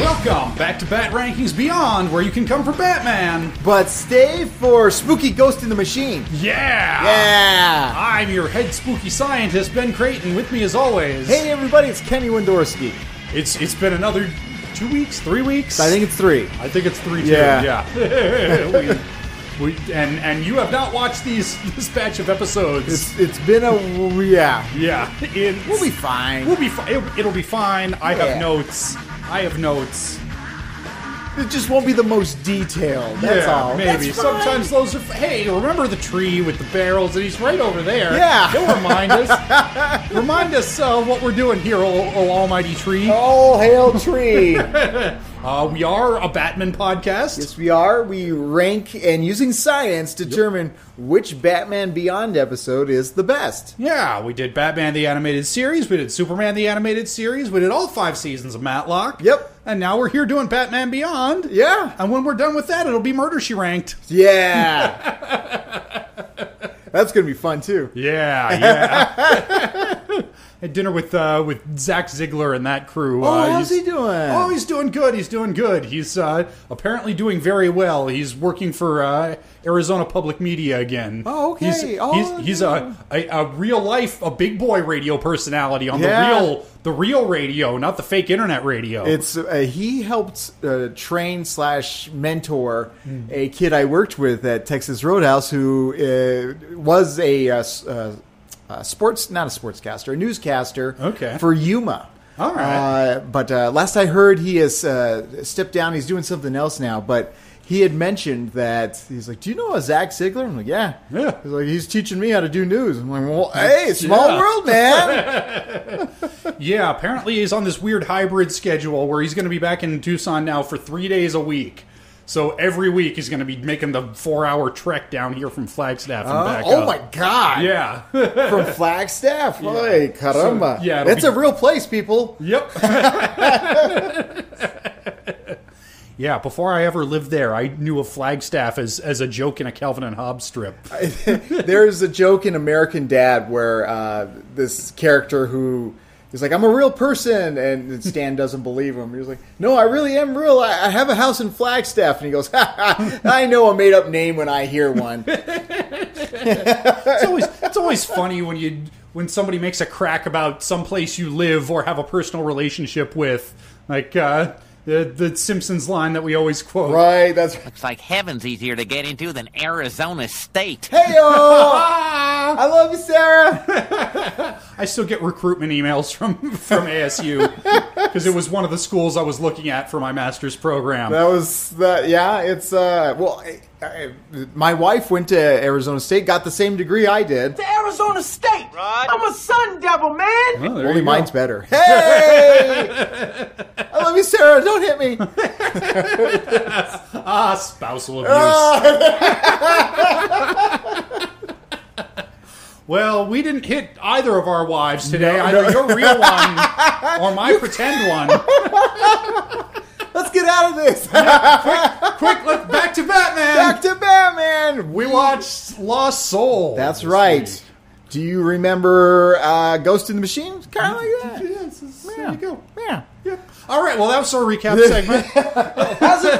Welcome back to Bat Rankings Beyond, where you can come for Batman. But stay for Spooky Ghost in the Machine. Yeah! Yeah. I'm your head spooky scientist, Ben Creighton. With me as always. Hey everybody, it's Kenny Wendorski. It's it's been another two weeks, three weeks. I think it's three. I think it's three. too, Yeah. yeah. we, we and and you have not watched these this batch of episodes. It's it's been a yeah. yeah, in, We'll be fine. We'll be fi- it, it'll be fine. I Yeah. have notes. I have notes. It just won't be the most detailed. That's yeah, all. maybe. That's fine. Sometimes those are. f- Hey, remember the tree with the barrels? And he's right over there. Yeah. He'll remind us. remind us uh, what we're doing here, oh, oh almighty tree. All hail tree. Uh, we are a Batman podcast. yes, we are. We rank and using science determine which Batman Beyond episode is the best. Yeah, we did Batman the Animated Series, we did Superman the Animated Series, we did all five seasons of Matlock. Yep. And now we're here doing Batman Beyond. Yeah. And when we're done with that, it'll be Murder She Ranked. Yeah. That's gonna be fun too. Yeah, yeah. At dinner with uh, with Zach Ziglar and that crew. Oh, uh, how's he's- he doing? Oh, he's doing good. He's doing good. He's uh, apparently doing very well. He's working for uh, Arizona Public Media again. Oh, okay. He's, Oh, he's, he's a, a a real life a big boy radio personality on Yeah. the real the real radio, not the fake internet radio. It's uh, he helped uh, train slash mentor a kid I worked with at Texas Roadhouse who uh, was a, uh, s- uh, uh, sports not a sportscaster a newscaster Okay. for Yuma. All right. Uh, but uh, last I heard, he has uh, stepped down. He's doing something else now, but. He had mentioned that he's like, "Do you know a Zach Ziegler?" I'm like, "Yeah." Yeah. He's like, "He's teaching me how to do news." I'm like, "Well, hey, small Yeah. world, man." yeah, apparently he's on this weird hybrid schedule where he's going to be back in Tucson now for three days a week. So every week he's going to be making the four hour trek down here from Flagstaff and Uh, back. oh up. my god! Yeah. from Flagstaff. Oy, caramba. So, yeah, it'll it's be- a real place, people. Yep. yeah, before I ever lived there, I knew of Flagstaff as, as a joke in a Calvin and Hobbes strip. There's a joke in American Dad where uh, this character who is like, I'm a real person, and Stan doesn't believe him. He's like, No, I really am real. I, I have a house in Flagstaff. And he goes, ha, ha, I know a made up name when I hear one. It's always it's always funny when you when somebody makes a crack about some place you live or have a personal relationship with, like uh, the the Simpsons line that we always quote. right? That's It's like heaven's easier to get into than Arizona State. hey, yo! Ah! I love you, Sarah. I still get recruitment emails from from ASU because it was one of the schools I was looking at for my master's program. That was that. Yeah, it's uh. Well, I, I, my wife went to Arizona State, got the same degree I did. to Arizona State. I'm a Sun Devil, man. Oh, there Only you go. mine's better. Hey! I love you, Sarah. Don't hit me. Ah, spousal abuse. Ah! well, we didn't hit either of our wives today. either your real one or my pretend one. Let's get out of this. Quick, look back to Batman. Back to Batman. we watched Lost Soul. That's this right. week. Do you remember uh, Ghost in the Machine? Kind of like that. Yes, it's- there you go. Yeah. Yep. All right. Well, that was our recap segment. How's it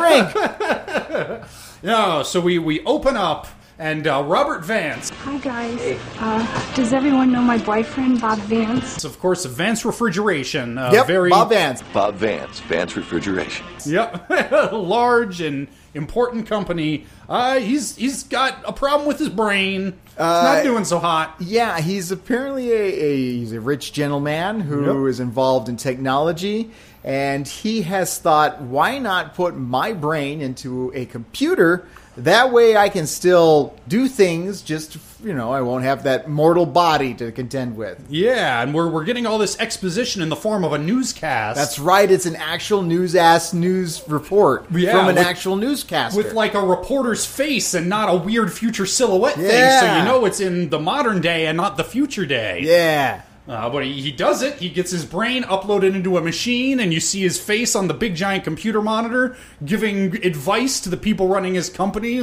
rank? No, so we we open up and uh, Robert Vance. Hi, guys. Uh, does everyone know my boyfriend, Bob Vance? It's of course Vance Refrigeration. Uh, yep. Very Bob Vance. Bob Vance, Vance Refrigeration. Yep, large and important company. Uh, he's he's got a problem with his brain. It's Uh, not doing so hot. Yeah, he's apparently a, a he's a rich gentleman who is Yep. involved in technology, and he has thought, why not put my brain into a computer? That way, I can still do things. Just you know, I won't have that mortal body to contend with. Yeah, and we're we're getting all this exposition in the form of a newscast. That's right. It's an actual news ass news report Yeah, from an with- actual newscaster. With like a reporter's face and not a weird future silhouette thing, so Yeah. you know it's in the modern day and not the future day. yeah, Uh, but he, he does it. He gets his brain uploaded into a machine, and you see his face on the big giant computer monitor giving advice to the people running his company.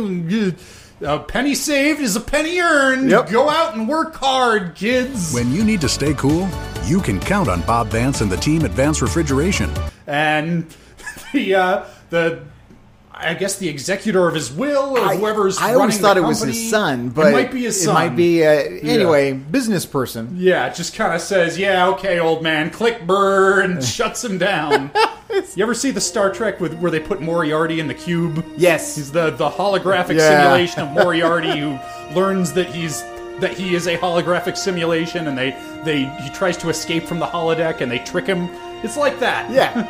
A penny saved is a penny earned. Yep. Go out and work hard, kids. When you need to stay cool, you can count on Bob Vance and the team at Vance Refrigeration. and the uh, the I guess the executor of his will or I- whoever's. I always running thought the it was company. his son, but it might be his son. It might be uh, anyway, business person. Yeah, it just kind of says, "Yeah, okay, old man, click burn," and shuts him down. you ever see the Star Trek with where they put Moriarty in the cube? Yes. He's the the holographic Yeah. simulation of Moriarty who learns that he's that he is a holographic simulation, and they they he tries to escape from the holodeck, and they trick him. It's like that. Yeah.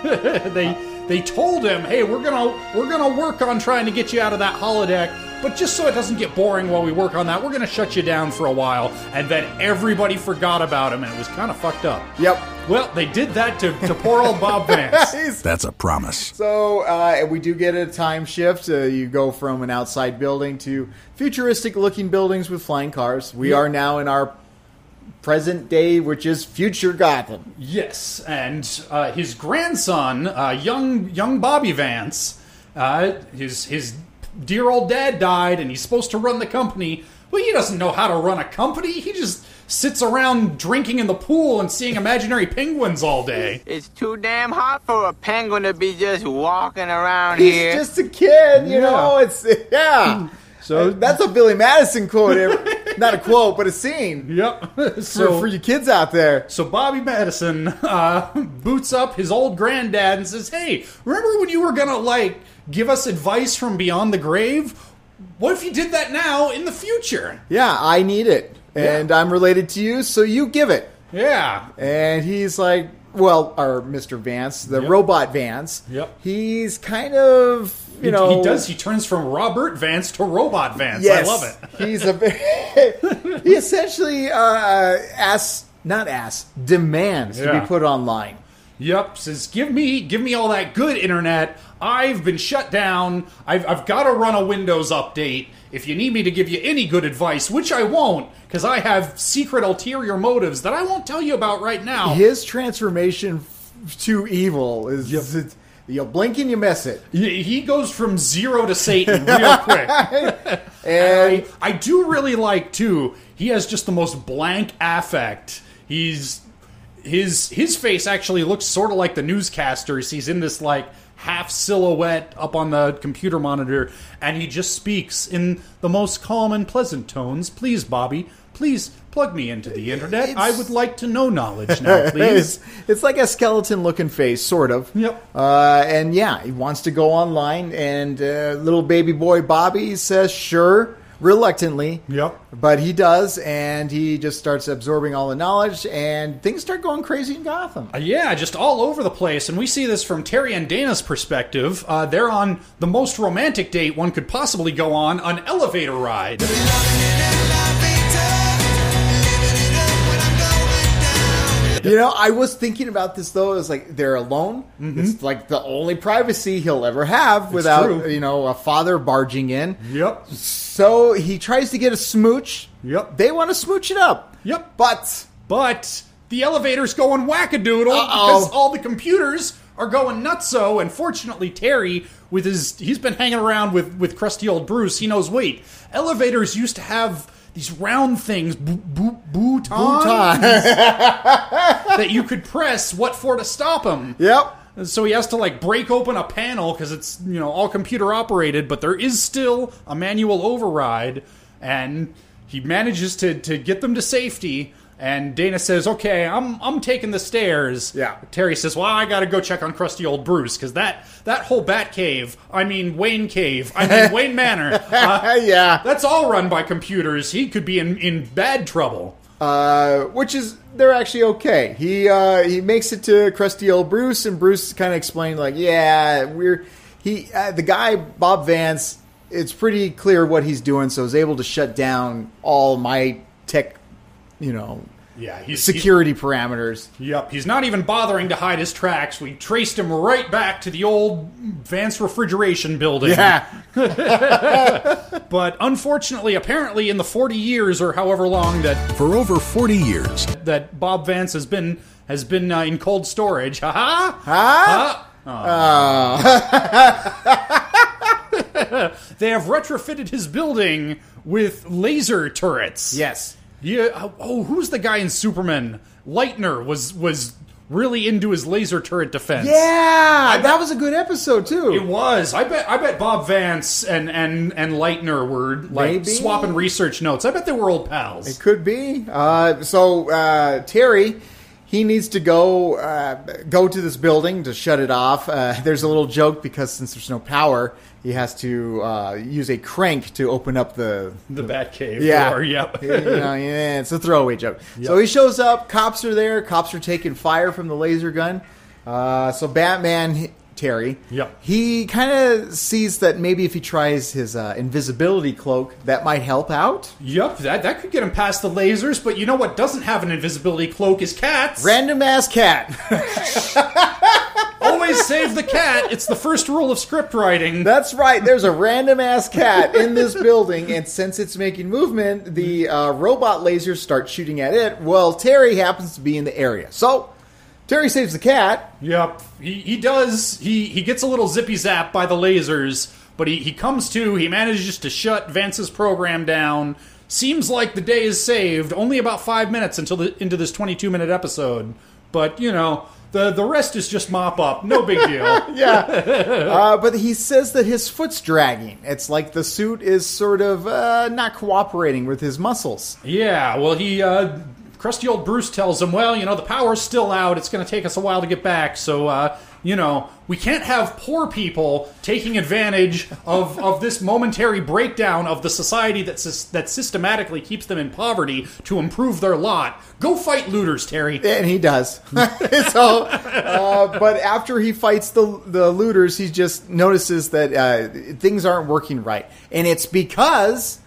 they they told him, "Hey, we're gonna we're gonna work on trying to get you out of that holodeck." But just so it doesn't get boring while we work on that, we're gonna shut you down for a while, and then everybody forgot about him, and it was kind of fucked up. Yep. Well, they did that to, to poor old Bob Vance. He's- That's a promise. So uh, we do get a time shift. Uh, you go from an outside building to futuristic-looking buildings with flying cars. We are now in our present day, which is future Gotham. Yes, and uh, his grandson, uh, young young Bobby Vance, uh, his his dear old dad died, and he's supposed to run the company. Well, he doesn't know how to run a company. He just sits around drinking in the pool and seeing imaginary penguins all day. It's too damn hot for a penguin to be just walking around He's here. just a kid, you Yeah. know. It's yeah. So- that's a Billy Madison quote. Every- Not a quote, but a scene Yep. for, for you kids out there. So Bobby Madison uh, boots up his old granddad and says, "Hey, remember when you were gonna like give us advice from beyond the grave? What if you did that now in the future?" Yeah, I need it, and I'm related to you, so you give it. Yeah, And he's like, well, or Mr. Vance, the robot Vance. Yep. He's kind of, you He- know, he does. He turns from Robert Vance to Robot Vance. Yes, I love it. he's a very- he essentially uh, asks, not asks, demands to Yeah. be put online. Yep. Says, give me, give me all that good internet. I've been shut down. I've, I've got to run a Windows update. If you need me to give you any good advice, which I won't, because I have secret ulterior motives that I won't tell you about right now. His transformation f- to evil is it's- you blink and you miss it. He he goes from zero to Satan real quick. And I, I do really like too. He has just the most blank affect. He's his his face actually looks sort of like the newscasters. He's in this like half silhouette up on the computer monitor, and he just speaks in the most calm and pleasant tones. Please, Bobby. Please plug me into the internet. I would like to know knowledge now, it's, please. it's like a skeleton looking face, sort of. Yep. Uh, and yeah, he wants to go online, and uh, little baby boy Bobby says, sure, reluctantly. Yep. But he does, and he just starts absorbing all the knowledge, and things start going crazy in Gotham. Yeah, just all over the place. And we see this from Terry and Dana's perspective. Uh, they're on the most romantic date one could possibly go on an elevator ride. You know, I was thinking about this though. It's like they're alone. Mm-hmm. It's like the only privacy he'll ever have without, true. you know, a father barging in. Yep. So he tries to get a smooch. Yep. They want to smooch it up. Yep. But But the elevator's going wackadoodle Uh-oh. because all the computers are going nutso. And fortunately, Terry, with his, he's been hanging around with with crusty old Bruce. He knows. Wait, elevators used to have these round things, boo boo bootons, that you could press what for to stop them. Yep. So he has to like break open a panel because it's you know all computer operated, but there is still a manual override, and he manages to to get them to safety. And Dana says, "Okay, I'm I'm taking the stairs." Yeah. Terry says, "Well, I got to go check on crusty old Bruce because that that whole Bat Cave, I mean Wayne Cave, I mean Wayne Manor, uh, yeah. that's all run by computers. He could be in in bad trouble." Uh, which is they're actually okay. He uh, he makes it to crusty old Bruce, and Bruce kind of explained like, yeah, we're he uh, the guy Bob Vance. It's pretty clear what he's doing, so he's able to shut down all my tech, you know, Yeah, he's he's- security parameters. Yep, he's not even bothering to hide his tracks. We traced him right back to the old Vance refrigeration building. Yeah, But unfortunately, apparently in the 40 years or however long that For over 40 years, that Bob Vance has been has been uh, in cold storage. Ha ha. Huh? Oh. They have retrofitted his building with laser turrets. oh, yes. Yeah. Oh, who's the guy in Superman? Lightner was was really into his laser turret defense. Yeah, that was a good episode too. It was. I bet. I bet Bob Vance and and and Leitner were like Maybe. swapping research notes. I bet they were old pals. It could be. Uh, so uh, Terry, he needs to go uh, go to this building to shut it off. Uh, there's a little joke because since there's no power, he has to uh, use a crank to open up the. the Batcave. Yeah, Or, yep. You know, yeah, it's a throwaway joke. So he shows up. Cops are there. Cops are taking fire from the laser gun. Uh, so Batman, he- Terry, Yep. he kind of sees that maybe if he tries his uh, invisibility cloak, that might help out. Yep, that, that could get him past the lasers, but you know what doesn't have an invisibility cloak is cats. Random ass cat. Always save the cat. It's the first rule of script writing. That's right. There's a random ass cat in this building, and since it's making movement, the uh, robot lasers start shooting at it. Well, Terry happens to be in the area, so Terry saves the cat. yep, he, he does. He, he gets a little zippy zap by the lasers, but he, he comes to, he manages to shut Vance's program down. Seems like the day is saved. Only about five minutes until the, into this 22 minute episode. But, you know, the, the rest is just mop up. No big deal. Uh, but he says that his foot's dragging. It's like the suit is sort of uh, not cooperating with his muscles. Yeah, well, he, uh, crusty old Bruce tells him, well, you know, the power's still out. It's going to take us a while to get back. So, uh, you know, we can't have poor people taking advantage of, of this momentary breakdown of the society that, sys- that systematically keeps them in poverty to improve their lot. Go fight looters, Terry. And he does. so, uh, but after he fights the the looters, he just notices that uh, things aren't working right, and it's because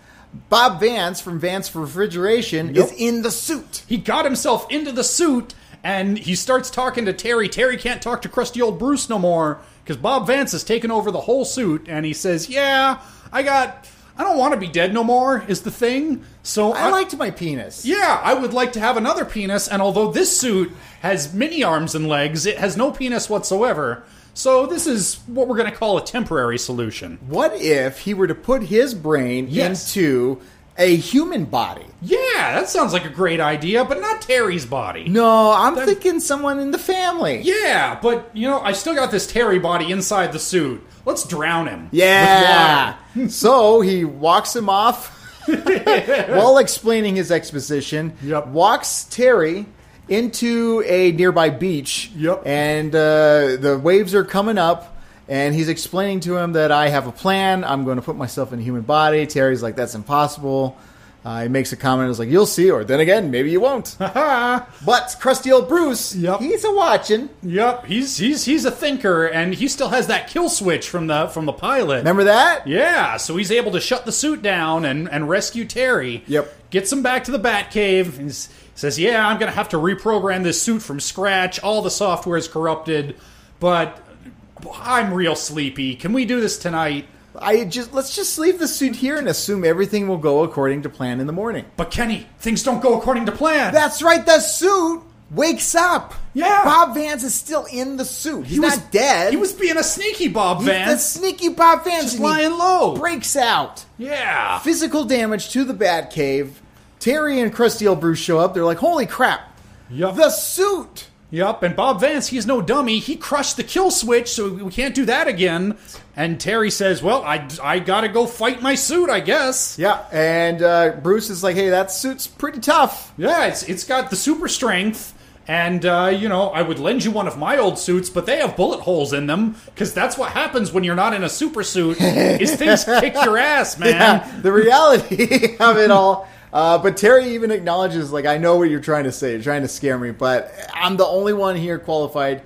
Bob Vance from Vance Refrigeration is in the suit. He got himself into the suit and he starts talking to Terry. Terry can't talk to crusty old Bruce no more because Bob Vance has taken over the whole suit and he says, Yeah, I got. I don't want to be dead no more, is the thing. So I liked my penis. Yeah, I would like to have another penis, and although this suit has many arms and legs, it has no penis whatsoever. So this is what we're going to call a temporary solution. What if he were to put his brain Yes. into a human body? Yeah, that sounds like a great idea, but not Terry's body. No, I'm thinking someone in the family. Yeah, but you know, I still got this Terry body inside the suit. Let's drown him. Yeah. With water. so he walks him off while explaining his exposition. Yep. Walks Terry into a nearby beach. Yep. And uh, the waves are coming up. And he's explaining to him that I have a plan. I'm going to put myself in a human body. Terry's like, that's impossible. Uh, he makes a comment. It's like, you'll see. Or then again, maybe you won't. but crusty old Bruce, Yep. he's a watching. Yep, he's he's he's a thinker, and he still has that kill switch from the from the pilot. Remember that? Yeah, so he's able to shut the suit down and, and rescue Terry. Yep. Gets him back to the Batcave. and s- Says, yeah, I'm going to have to reprogram this suit from scratch. All the software is corrupted, but I'm real sleepy. Can we do this tonight? I just let's just leave the suit here and assume everything will go according to plan in the morning. But Kenny, things don't go according to plan. That's right, the suit wakes up. Yeah. Bob Vance is still in the suit. He's not dead. He was being a sneaky Bob He's the Vance. sneaky Bob Vance. Just and he lying low. Breaks out. yeah. Physical damage to the Batcave. Terry and Krusty Old Bruce show up. They're like, "Holy crap! Yup. The suit!" Yup, and Bob Vance, he's no dummy. He crushed the kill switch, so we can't do that again. And Terry says, Well, I, I gotta go fight my suit, I guess. Yeah, and uh, Bruce is like, "Hey, that suit's pretty tough." Yeah, it's it's got the super strength, and uh, you know I would lend you one of my old suits, but they have bullet holes in them because that's what happens when you're not in a super suit. is things kick your ass, man. Yeah, the reality of it all. Uh, but Terry even acknowledges, like, I know what you're trying to say. You're trying to scare me, but I'm the only one here qualified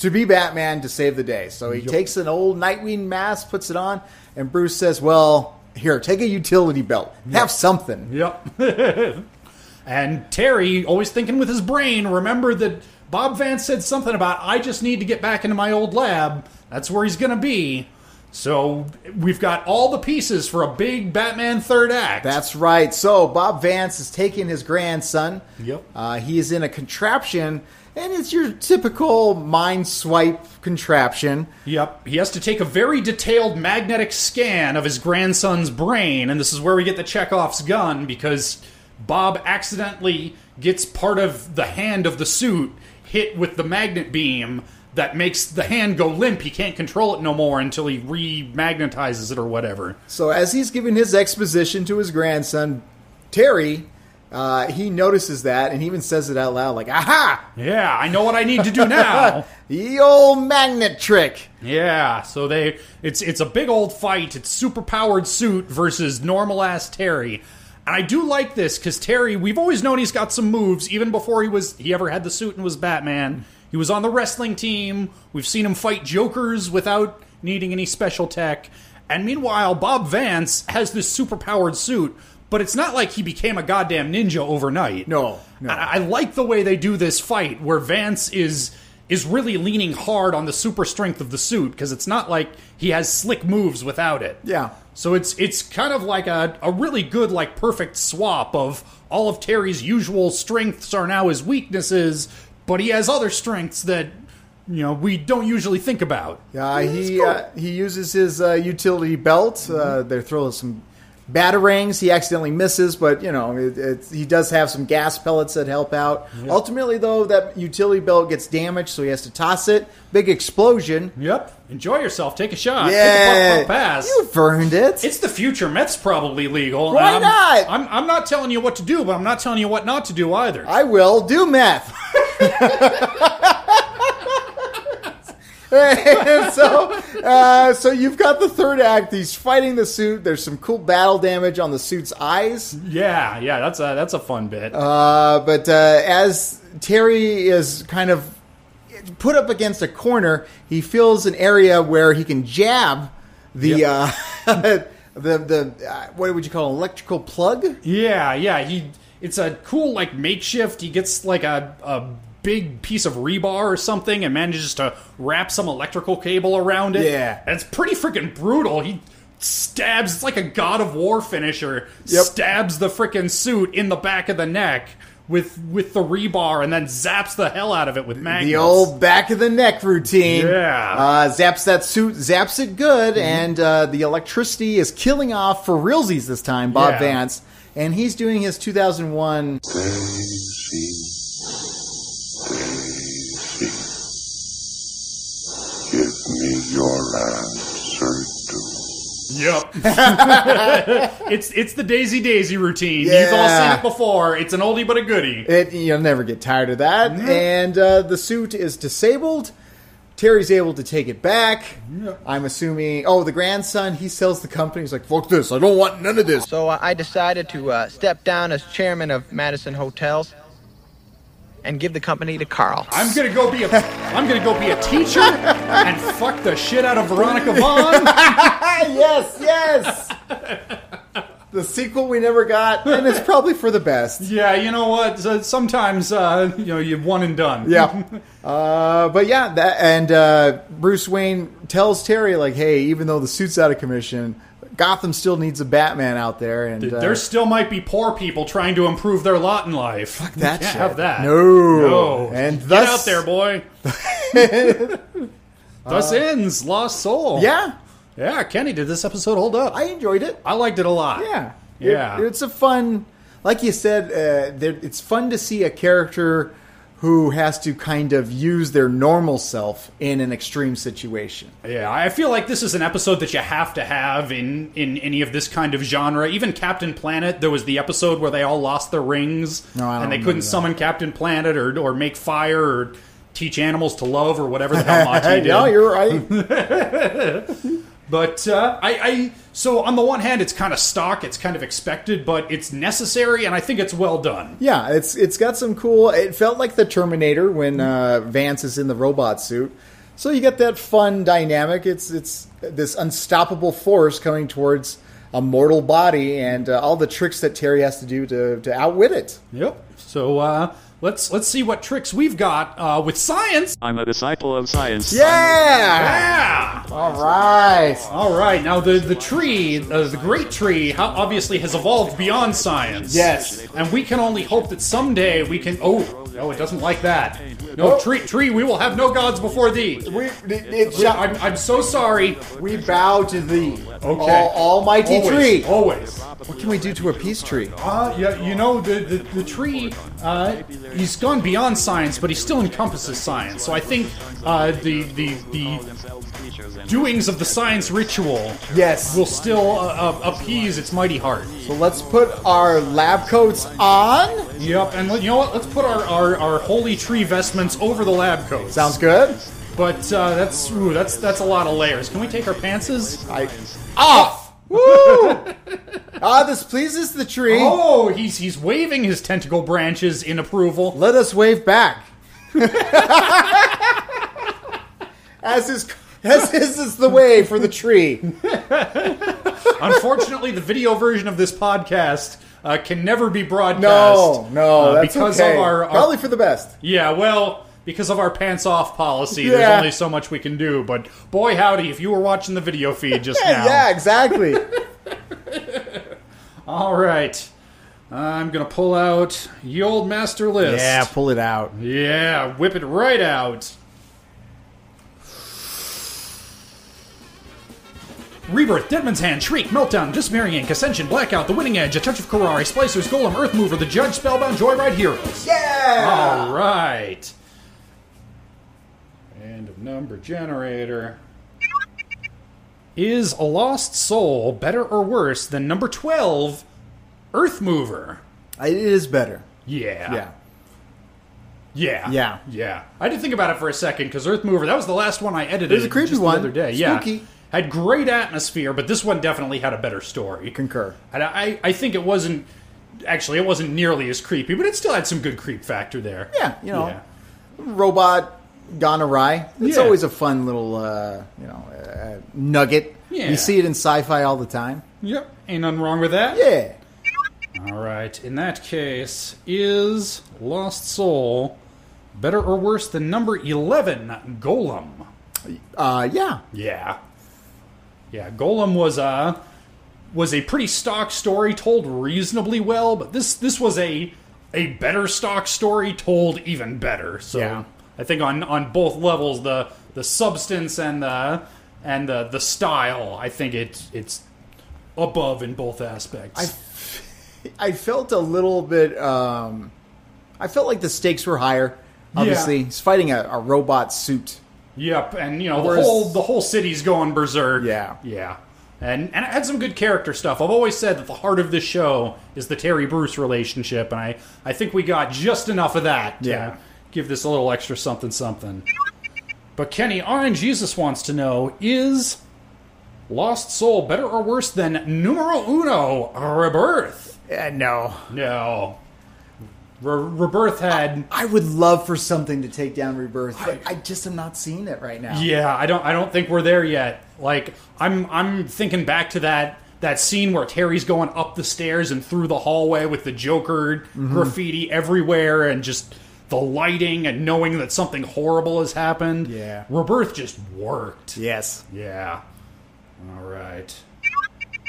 to be Batman to save the day. So he takes an old Nightwing mask, puts it on, and Bruce says, Well, here, take a utility belt. Have something. Yep. and Terry, always thinking with his brain, remember that Bob Vance said something about I just need to get back into my old lab. That's where he's gonna be. So we've got all the pieces for a big Batman third act. That's right. So Bob Vance is taking his grandson. Yep. Uh, he is in a contraption, and it's your typical mind swipe contraption. Yep, he has to take a very detailed magnetic scan of his grandson's brain, and this is where we get the Chekhov's gun because Bob accidentally gets part of the hand of the suit hit with the magnet beam that makes the hand go limp. He can't control it no more until he remagnetizes it or whatever. So as he's giving his exposition to his grandson, Terry, uh, he notices that and he even says it out loud, like, "Aha! Yeah, I know what I need to do now. The old magnet trick." Uh, yeah, so they it's it's a big old fight. It's super powered suit versus normal ass Terry. And I do like this because Terry, we've always known he's got some moves, even before he was he ever had the suit and was Batman. He was on the wrestling team. We've seen him fight Jokers without needing any special tech. And meanwhile, Bob Vance has this super powered suit, but it's not like he became a goddamn ninja overnight. No, no. I, I like the way they do this fight where Vance is is really leaning hard on the super strength of the suit because it's not like he has slick moves without it. Yeah. So it's it's kind of like a, a really good like perfect swap of all of Terry's usual strengths are now his weaknesses, but he has other strengths that you know we don't usually think about. Uh, he uh, he uses his uh, utility belt. Uh, Mm-hmm. they're throwing some batarangs. He accidentally misses, but you know it, it's he does have some gas pellets that help out. Ultimately, though, that utility belt gets damaged, so he has to toss it. Big explosion. Yep. Enjoy yourself. Take a shot. Take a Yeah, buck, buck pass. you've earned it. It's the future. Meth's probably legal. Why I'm, not? I'm, I'm not telling you what to do, but I'm not telling you what not to do either. I will do meth. And so, uh, so you've got the third act. He's fighting the suit. There's some cool battle damage on the suit's eyes. yeah, yeah, that's a that's a fun bit. Uh, but uh, as Terry is kind of put up against a corner, he feels an area where he can jab the uh, the the uh, what would you call an electrical plug? yeah, yeah, he it's a cool like makeshift. He gets like a a big piece of rebar or something and manages to wrap some electrical cable around it. Yeah. and it's pretty freaking brutal. He stabs. It's like a God of War finisher. Yep. Stabs the freaking suit in the back of the neck. With with the rebar and then zaps the hell out of it with magnets. The old back of the neck routine. Yeah. Mm-hmm. Uh, zaps that suit, zaps it good, and uh, the electricity is killing off for realsies this time, Bob Yeah. Vance. And he's doing his 2001. Give me your answer to Yep. it's it's the Daisy Daisy routine. You've all seen Yeah. it before. It's an oldie but a goodie. It, you'll never get tired of that. Mm-hmm. And uh, the suit is disabled. Terry's able to take it back. I'm assuming. Oh, the grandson, he sells the company. He's like, fuck this. I don't want none of this. So uh, I decided to uh, step down as chairman of Madison Hotels and give the company to Carl. I'm gonna go be a I'm gonna go be a teacher and fuck the shit out of Veronica Vaughn. Ah, yes, yes. the sequel we never got. And it's probably for the best. yeah, you know what? So- Sometimes uh, you know you one and done. yeah. Uh, but yeah, that and uh, Bruce Wayne tells Terry like, "Hey, even though the suit's out of commission, Gotham still needs a Batman out there." And uh, There still might be poor people trying to improve their lot in life. Fuck that Can't shit. have that. No. No. And Get thus- out there, boy. thus ends Lost Soul. yeah, Yeah, Kenny, did this episode hold up? I enjoyed it. I liked it a lot. Yeah, Yeah. It- it's a fun, like you said, uh, there, it's fun to see a character who has to kind of use their normal self in an extreme situation. Yeah, I feel like this is an episode that you have to have in in any of this kind of genre. Even Captain Planet, there was the episode where they all lost their rings No, I don't and they remember couldn't that. summon Captain Planet or or make fire or teach animals to love or whatever the hell Monty did. no, you're right. But uh, I, I so on the one hand, it's kind of stock, it's kind of expected, but it's necessary, and I think it's well done. yeah, it's it's got some cool. It felt like the Terminator when uh, Vance is in the robot suit. So you get that fun dynamic. It's it's this unstoppable force coming towards a mortal body, and uh, all the tricks that Terry has to do to to outwit it. Yep. So uh, let's let's see what tricks we've got uh, with science. I'm a disciple of science. Yeah. Yeah. All right. All right, now the the tree, uh, the great tree, how obviously has evolved beyond science. Yes. and we can only hope that someday we can. Oh, no, it doesn't like that. No Oh. tree, tree, we will have no gods before thee. We, it, it Yeah, shall, I'm, I'm so sorry. we bow to thee, Okay. Al- almighty Always, tree. Always. Oh, What can we do to a peace tree? Uh, yeah, you know, the, the, the tree, uh, he's gone beyond science, but he still encompasses science. So I think uh, the, the, the doings of the science ritual Yes. will still uh, uh, appease its mighty heart. So let's put our lab coats on. Yep, and let- you know what? Let's put our, our, our holy tree vestments over the lab coats. Sounds good. But uh, that's ooh, that's that's a lot of layers. Can we take our pantses? I off. Woo! ah, this pleases the tree. Oh, he's he's waving his tentacle branches in approval. Let us wave back. as is as is, is the way for the tree. Unfortunately, the video version of this podcast uh, can never be broadcast. No, no, uh, that's because okay. of our, our- probably for the best. yeah, well. Because of our pants off policy, Yeah. there's only so much we can do. But boy, howdy, if you were watching the video feed just now. Yeah, exactly. All right. I'm going to pull out ye old master list. yeah, pull it out. Yeah, whip it right out. Rebirth, Deadman's Hand, Shriek, Meltdown, Dismarrying, Ascension, Blackout, The Winning Edge, A Touch of Karari, Splicers, Golem, Earth Mover, The Judge, Spellbound, Joyride Heroes. Yeah. All right. End of number generator. Is A Lost Soul better or worse than number 12, Earth Mover? It is better. Yeah. Yeah. Yeah. Yeah. Yeah. I did think about it for a second because Earth Mover, that was the last one I edited. There's a creepy just one. the other day. Yeah. Spooky. Had great atmosphere, but this one definitely had a better story. Concur. And I, I think it wasn't actually it wasn't nearly as creepy, but it still had some good creep factor there. Yeah, you know. Yeah. Robot gone awry. It's Yeah. always a fun little, uh, you know, uh, nugget. Yeah. You see it in sci-fi all the time. Yep. Ain't nothing wrong with that. Yeah. All right. In that case, is Lost Soul better or worse than number eleven, Golem? Uh, yeah. Yeah. Yeah, Golem was a was a pretty stock story told reasonably well, but this this was a a better stock story told even better. So Yeah. I think on on both levels the the substance and the and the the style, I think it's it's above in both aspects. I felt a little bit. Um, I felt like the stakes were higher. Obviously, Yeah. he's fighting a, a robot suit. Yep, and you know the Whereas- whole the whole city's going berserk. Yeah. yeah, and and it had some good character stuff. I've always said that the heart of this show is the Terry Bruce relationship, and I I think we got just enough of that. to Yeah. give this a little extra something something. But Kenny, RN Jesus wants to know is Lost Soul better or worse than Numero Uno Rebirth? Uh, no, No, Re- Rebirth had. I would love for something to take down Rebirth, but I just am not seeing it right now. Yeah, I don't I don't think we're there yet. Like I'm I'm thinking back to that that scene where Terry's going up the stairs and through the hallway with the Joker graffiti everywhere and just the lighting and knowing that something horrible has happened. Yeah. Rebirth just worked. Yes. Yeah. All right.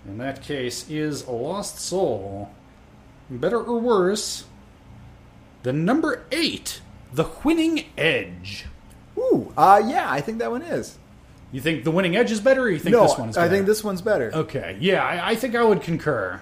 In that case, is a lost soul better or worse than number eight, the winning edge? Ooh. Uh, yeah, I think that one is. You think the winning edge is better, or you think no, this one is better? I think this one's better. Okay, yeah, I, I think I would concur.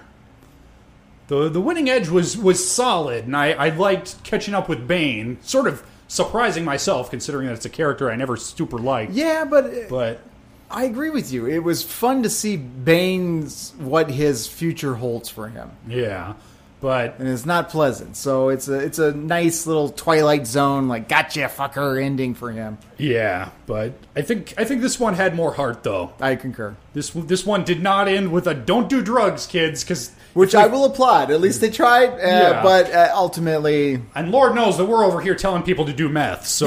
the The winning edge was was solid, and I I liked catching up with Bane. Sort of surprising myself, considering that it's a character I never super liked. Yeah, but, uh, But I agree with you. It was fun to see Bane's what his future holds for him, yeah, but and it's not pleasant. So it's a it's a nice little Twilight Zone like gotcha fucker ending for him. yeah, but I think I think this one had more heart though. I concur. This this one did not end with a "Don't do drugs, kids," because which I will applaud. At least they tried, uh, Yeah. but uh, ultimately, and Lord knows that we're over here telling people to do meth. So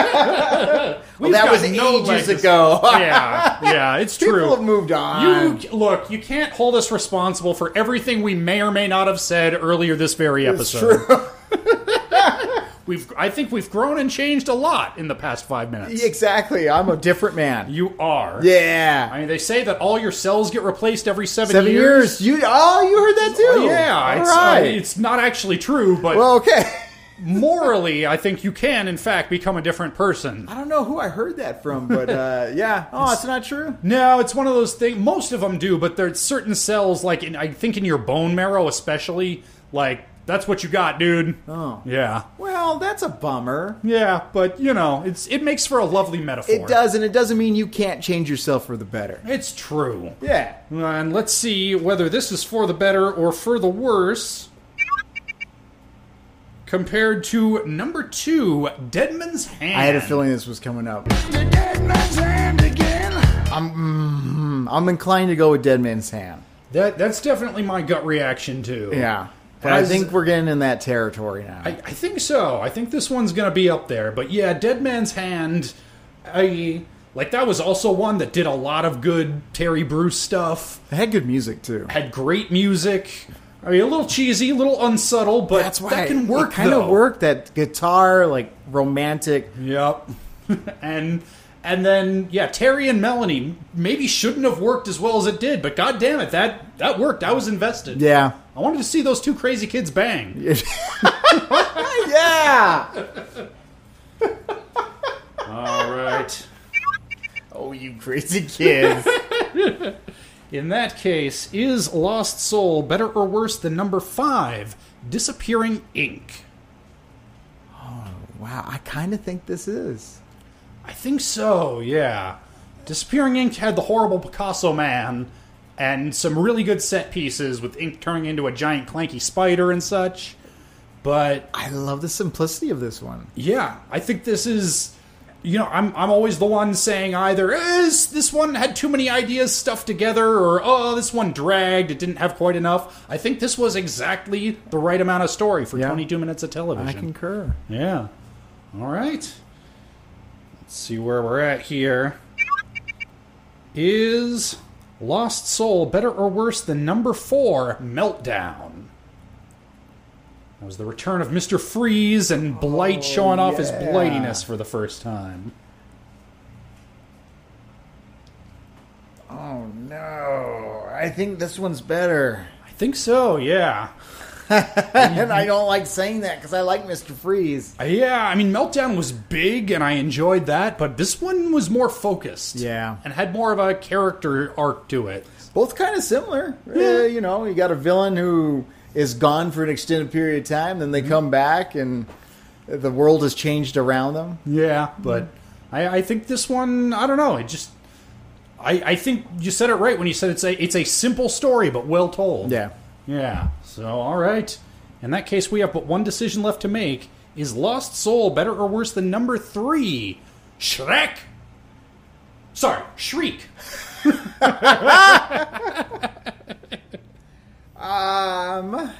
well, that got was no ages legacy. ago. yeah, yeah, it's People true. have moved on. You look, you can't hold us responsible for everything we may or may not have said earlier this very episode. true. We've I think we've grown and changed a lot in the past five minutes. Exactly. I'm a different man. You are. Yeah. I mean, they say that all your cells get replaced every seven, Seven years. You oh, you heard that too. Yeah, All it's, uh, right. it's not actually true, but well, okay. morally, I think you can, in fact, become a different person. I don't know who I heard that from, but uh, yeah. Oh, it's, not true. No, it's one of those things. Most of them do, but there's certain cells, like in, I think in your bone marrow, especially, like that's what you got, dude. Oh. Yeah, Well, that's a bummer. yeah, but you know, it's it makes for a lovely metaphor. It does, and it doesn't mean you can't change yourself for the better. It's true. Yeah. And let's see whether this is for the better or for the worse. Compared to number two, Deadman's Hand. I had a feeling this was coming up. I'm, mm, I'm inclined to go with Dead Man's Hand. That that's definitely my gut reaction too. Yeah. But As- I think we're getting in that territory now. I, I think so. I think this one's gonna be up there. But yeah, Dead Man's Hand, I like that was also one that did a lot of good Terry Bruce stuff. it had good music, too. Had great music. I mean, a little cheesy, a little unsubtle, but That's why that can work. It kind though. of worked. That guitar, like romantic. Yep. and and then yeah, Terry and Melanie maybe shouldn't have worked as well as it did, but god damn it, that that worked. I was invested. Yeah. I wanted to see those two crazy kids bang. Yeah. All right. oh, you crazy kids. In that case, is Lost Soul better or worse than number five, Disappearing Ink? wow, I kind of think this is. I think so, yeah. Disappearing Ink had the horrible Picasso man and some really good set pieces with Ink turning into a giant clanky spider and such. But I love the simplicity of this one. yeah, I think this is. You know, I'm, I'm always the one saying either, eh, this, this one had too many ideas stuffed together, or, oh, this one dragged, it didn't have quite enough. I think this was exactly the right amount of story for Yeah. 22 minutes of television. I concur. Yeah. All right. Let's see where we're at here. Is Lost Soul better or worse than number four, Meltdown? That was the return of Mr. Freeze and Blight showing off his blightiness for the first time. Oh no, I think this one's better. I think so, yeah. and I don't like saying that because I like Mr. Freeze. Uh, Yeah, I mean, Meltdown was big and I enjoyed that, but this one was more focused. Yeah. And had more of a character arc to it. Both kind of similar. Uh, you know, you got a villain who is gone for an extended period of time, then they come back and the world has changed around them. Yeah, but I, I think this one, I don't know. It just, I, I think you said it right when you said it's a it's a simple story but well told. Yeah. yeah. So all right, in that case, we have but one decision left to make: is Lost Soul better or worse than number three, Shrek? Sorry, Shriek. Um,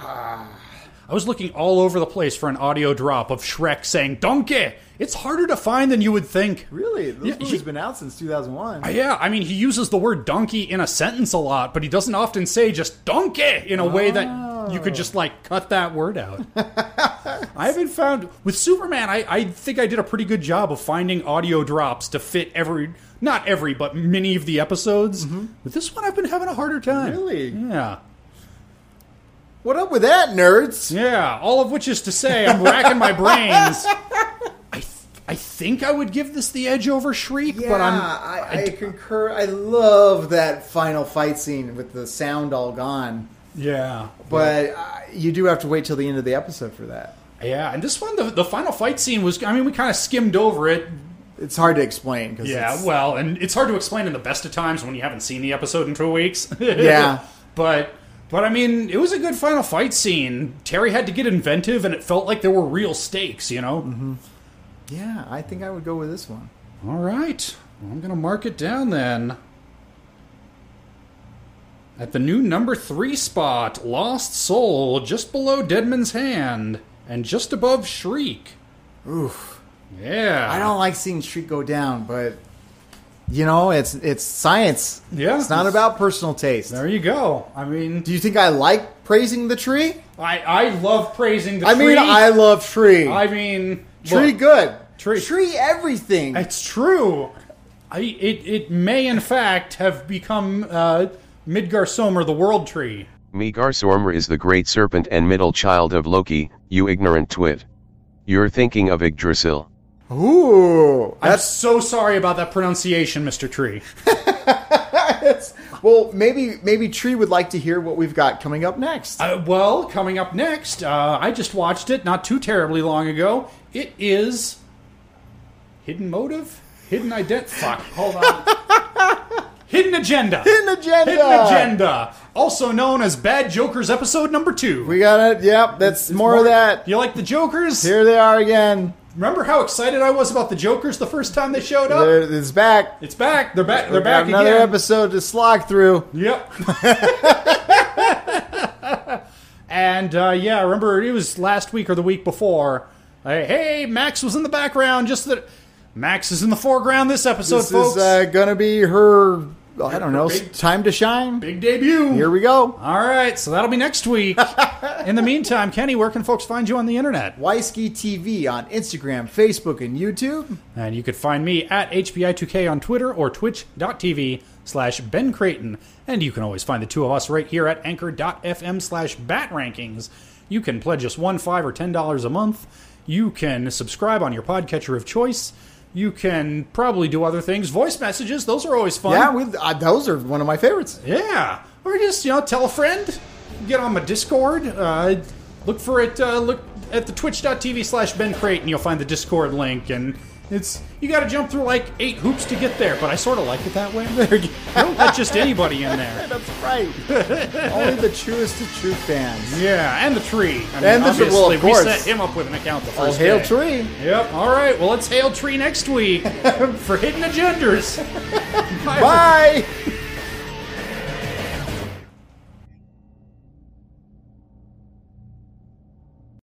I was looking all over the place for an audio drop of Shrek saying "Donkey." It's harder to find than you would think. really? This Yeah, movie's he- been out since 2001. Yeah, I mean, he uses the word donkey in a sentence a lot, but he doesn't often say just donkey in a way that you could just like cut that word out. I haven't found with Superman. I, I think I did a pretty good job of finding audio drops to fit every, not every, but many of the episodes. With this one, I've been having a harder time. Mm-hmm. Really? Yeah. What up with that, nerds? Yeah, all of which is to say, I'm racking my brains. I, th- I think I would give this the edge over Shriek, but I'm I, I concur. I love that final fight scene with the sound all gone. yeah. But uh, you do have to wait till the end of the episode for that. Yeah, and this one, the, the final fight scene was, I mean, we kind of skimmed over it. It's hard to explain. Cause Yeah, it's- well, and it's hard to explain in the best of times when you haven't seen the episode in two weeks. Yeah. But, but I mean, it was a good final fight scene. Terry had to get inventive, and it felt like there were real stakes, you know? yeah, I think I would go with this one. All right. Well, I'm going to mark it down then. At the new number three spot, Lost Soul, just below Deadman's Hand, and just above Shriek. Oof. Yeah. I don't like seeing Shriek go down, but you know, it's it's science. Yeah. it's not about personal taste. There you go. I mean, Do you think I like praising the tree. I, I love praising the I tree. mean, I love tree. I mean, tree look, good. Tree. Tree everything. It's true. I, it, it may, in fact, have become uh, Midgar Somer, the world tree. Megar Sormr is the great serpent and middle child of Loki, you ignorant twit. You're thinking of Yggdrasil. Ooh. I'm so sorry about that pronunciation, Mr. Tree. That's well, maybe maybe Tree would like to hear what we've got coming up next. Uh, well, coming up next, uh, I just watched it not too terribly long ago. It is hidden motive, hidden ident. Fuck, hold on. hidden agenda. Hidden agenda. Hidden agenda, also known as Bad Jokers episode number two. We got it. Yep, that's more, of that. You like the Jokers? Here they are again. Remember how excited I was about the Jokers the first time they showed up? There, it's back. it's back. They're back. They're We back got another again. episode to slog through. Yep. and uh, yeah, I remember it was last week or the week before. Hey, hey, Max was in the background. Just that Max is in the foreground this episode, this folks. is uh, gonna be her. I don't know. s- big- time to shine. Big debut. Here we go. All right, so that'll be next week. in the meantime, Kenny, where can folks find you on the internet? Weisky TV on Instagram, Facebook, and YouTube. And you could find me at HBI2K on Twitter or twitch.tv slash Ben Creighton. And you can always find the two of us right here at anchor.fm slash bat rankings. You can pledge us one, five, or ten dollars a month. You can subscribe on your podcatcher of choice. You can probably do other things. Voice messages, those are always fun. Yeah, we, uh, those are one of my favorites. Yeah, or just you know tell a friend, get on my Discord, uh, look for it, uh, look at the twitch.tv slash Ben Crate and you'll find the Discord link. And it's you got to jump through like eight hoops to get there, but I sort of like it that way. Don't let just anybody in there. That's right. Only the truest of true fans. Yeah, and the tree. I mean, And the tree, well, obviously, of we course. set him up with an account the All first hail day. Tree. Yep. All right. Well, let's hail tree next week for hidden agenders. Bye.